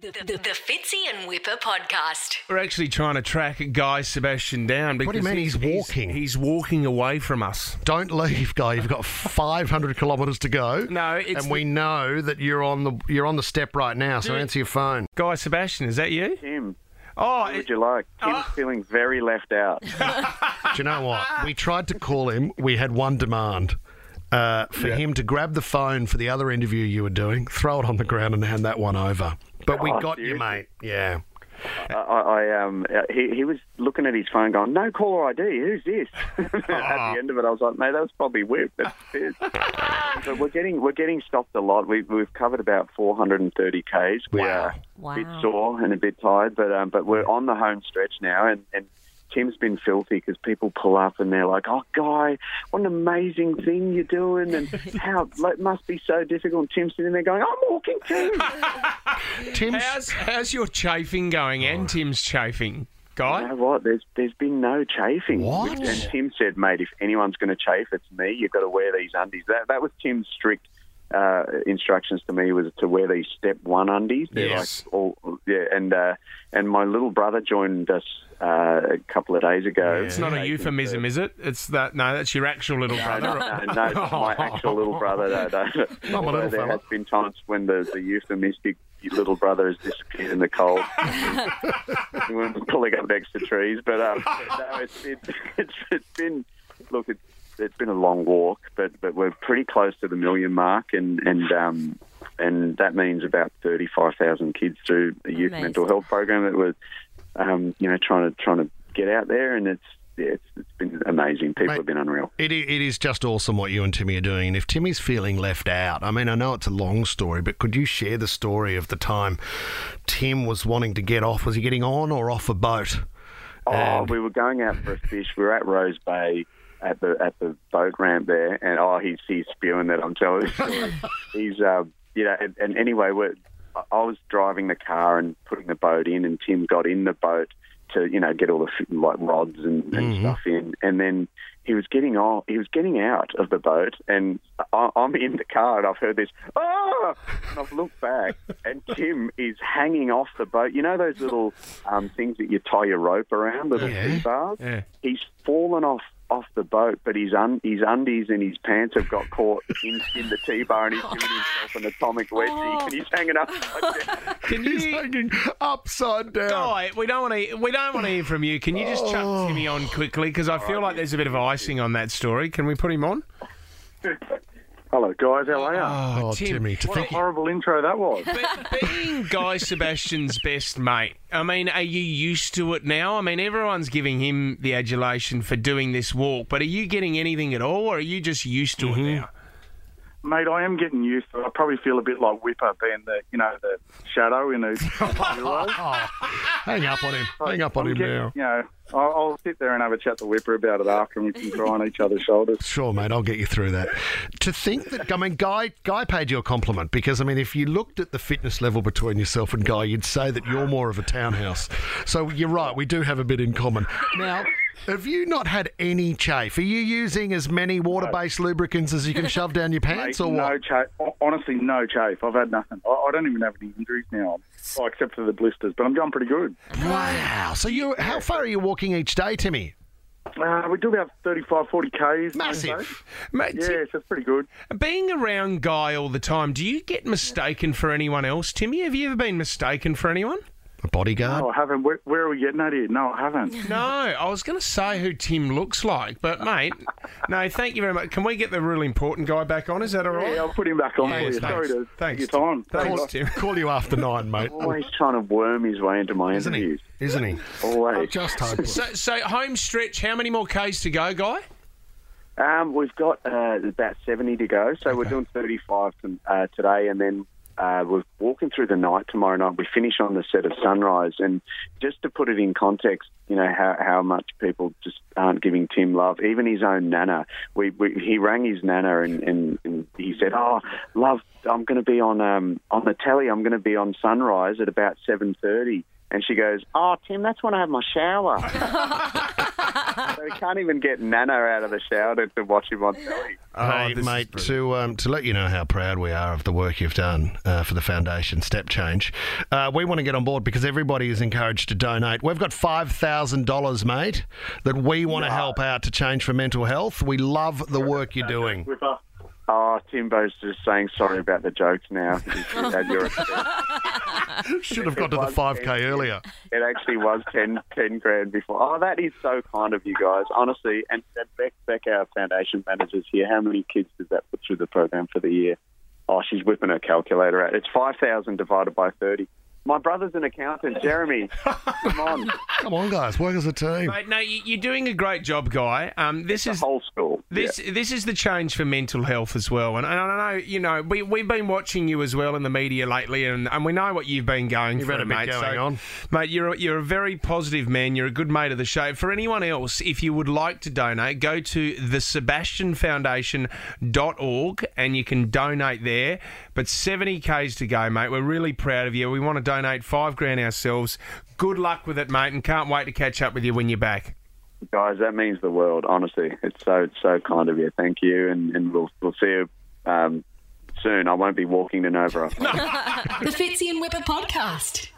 The, the, the Fitzy and Whipper podcast. We're actually trying to track Guy Sebastian down because do you mean he's walking? He's, walking away from us. Don't leave, guy. You've got 500 kilometres to go. No, it's and we know that you're on the you're on the step right now. So answer your phone. Guy Sebastian, is that you? Tim, Oh, what it- Oh. would you like? Tim's feeling very left out. Do you know what? We tried to call him. We had one demand. Uh, for him to grab the phone for the other interview you were doing, throw it on the ground and hand that one over. But we Oh, got you, seriously? mate. Yeah. I, I, I um, uh, he, he was looking at his phone, going, "No caller ID. Who's this?" Ah. at the end of it, I was like, "Mate, that was probably Whip." That's pissed." but we're getting we're getting stopped a lot. We've we've covered about 430 ks. We are a bit sore and a bit tired, but um, but we're on the home stretch now, and and. Tim's been filthy because people pull up and they're like, "Oh, guy, what an amazing thing you're doing!" And how it must be so difficult. Tim's sitting there going, "I'm walking too." Tim's Oh. How's, how's your chafing going and Tim's chafing? You Guy? know what? There's there's been no chafing. What? And Tim said, mate, if anyone's going to chafe, it's me. You've got to wear these undies. That that was Tim's strict uh, instructions to me was to wear these step one undies. They're Yes. Like all, yeah, and uh, and my little brother joined us uh, a couple of days ago. It's not a euphemism, is it? It's that no, that's your actual little brother. No, no, it's my actual little brother. No, Not no. my little Although there fella. has been times when the, the euphemistic little brother has disappeared in the cold. We're pulling up next to trees, but um, no, it's, it, it's it's been look, it's it's been a long walk, but but we're pretty close to the million mark, and and um, and that means about thirty five thousand kids through the youth Amazing. mental health program that was, um, you know, trying to trying to get out there, and it's. Yeah, it's, it's been amazing. People Mate, have been unreal. It, i- it is just awesome what you and Timmy are doing. And if Timmy's feeling left out, I mean, I know it's a long story, but could you share the story of the time Tim was wanting to get off? Was he getting on or off a boat? Oh, we were going out for a fish. We were at Rose Bay at the at the boat ramp there, and oh, he's he's spewing that. I'm telling you, he's um, you know. And, and anyway, we're, I- I was driving the car and putting the boat in, and Tim got in the boat to you know get all the fi- like rods and, and stuff in, and then he was getting on. He was getting out of the boat, and I, I'm in the car, and I've heard this. Ah! And I've looked back, and Tim is hanging off the boat. You know those little um, things that you tie your rope around, little Yeah. sea bars. Yeah. He's fallen off off the boat, but his un- his undies and his pants have got caught in, in the T bar, and he's giving himself an atomic wedgie, Oh. and he's hanging up. Can He's you hanging upside down. Guy, we don't want to. We don't want to hear from you. Can you just Oh. chuck Timmy on quickly? Because I feel like there's a bit of icing on that story. Can we put him on? Hello, guys. How are you? Oh, Tim, Timmy, to think Horrible intro that was. But being Guy Sebastian's best mate, I mean, are you used to it now? I mean, everyone's giving him the adulation for doing this walk, but are you getting anything at all, or are you just used to it now? Mate, I am getting used to it. I probably feel a bit like Whipper being the, you know, the shadow in the hero. hang up on him. Hang up on I'm him getting- now. You know, I'll, I'll sit there and have a chat to Whipper about it after, and we can cry on each other's shoulders. Sure, mate, I'll get you through that. To think that, I mean, Guy, Guy paid you a compliment because, I mean, if you looked at the fitness level between yourself and Guy, you'd say that you're more of a townhouse. So you're right, we do have a bit in common. Now, have you not had any chafe? Are you using as many water based lubricants as you can shove down your Mate, pants or no what? chafe. Honestly, no chafe. I've had nothing. I, I don't even have any injuries now, oh, except for the blisters. But I'm going pretty good. Wow. So you, how far are you walking each day, Timmy? Uh, we do about 35, 40 k's. Massive. Mate, Yeah, Tim, so it's pretty good. being around Guy all the time, do you get mistaken for anyone else, Timmy? Have you ever been mistaken for anyone? A bodyguard? Oh, I haven't. Where, where are we getting at here? No, I haven't. No, I was going to say who Tim looks like, but mate, no, thank you very much. Can we get the really important guy back on? Is that all right? Yeah, I'll put him back on Yeah, for you. thanks. Sorry to Thanks. take your time. Thanks. Call- Tim. Call you after nine, mate. Oh, Always trying to worm his way into my Isn't he? interviews. Isn't he? Always. Just hopeless. So, so home stretch. How many more k's to go, Guy? Um, we've got uh, about 70 to go, so we're doing 35 to, uh, today, and then uh, we're walking through the night tomorrow night. We finish on the set of Sunrise, and just to put it in context, you know how, how much people just aren't giving Tim love, even his own nana. We, we he rang his nana and, and, and he said, "Oh, love, I'm going to be on um, on the telly. I'm going to be on Sunrise at about 7:30." And she goes, "Oh, Tim, that's when I have my shower." they can't even get Nano out of the shower to, to watch him on telly. Hey, Oh, this mate, is to um, to let you know how proud we are of the work you've done uh, for the foundation Step Change, uh, we want to get on board because everybody is encouraged to donate. We've got five thousand dollars, mate, that we want to help out to change for mental health. We love the work you're doing. Whipper. Oh, Timbo's just saying sorry about the jokes now. He should have your- Should have got to the five k earlier. it actually was 10, 10 grand before. Oh, that is so kind of you guys, honestly. And, and Beck, Beck, our foundation manager's here. How many kids does that put through the program for the year? Oh, she's whipping her calculator out. It's 5,000 divided by 30. My brother's an accountant, Jeremy. Come on, Come on, guys, work as a team. Mate, no, you- you're doing a great job, guy. Um, this Oh, is whole school. This this is the change for mental health as well, and, and I know you know we we've been watching you as well in the media lately, and, and we know what you've been going You've through, had a bit mate. going on. mate. You're a, you're a very positive man. You're a good mate of the show. For anyone else, if you would like to donate, go to the SebastianFoundation.org and you can donate there. But seventy k's to go, mate. We're really proud of you. We want to donate five grand ourselves. Good luck with it, mate, and can't wait to catch up with you when you're back. guys, that means the world. Honestly, it's so it's so kind of you. Thank you, and, and we'll we'll see you um, soon. I won't be walking to Nova. The Fitzy and Whipper podcast.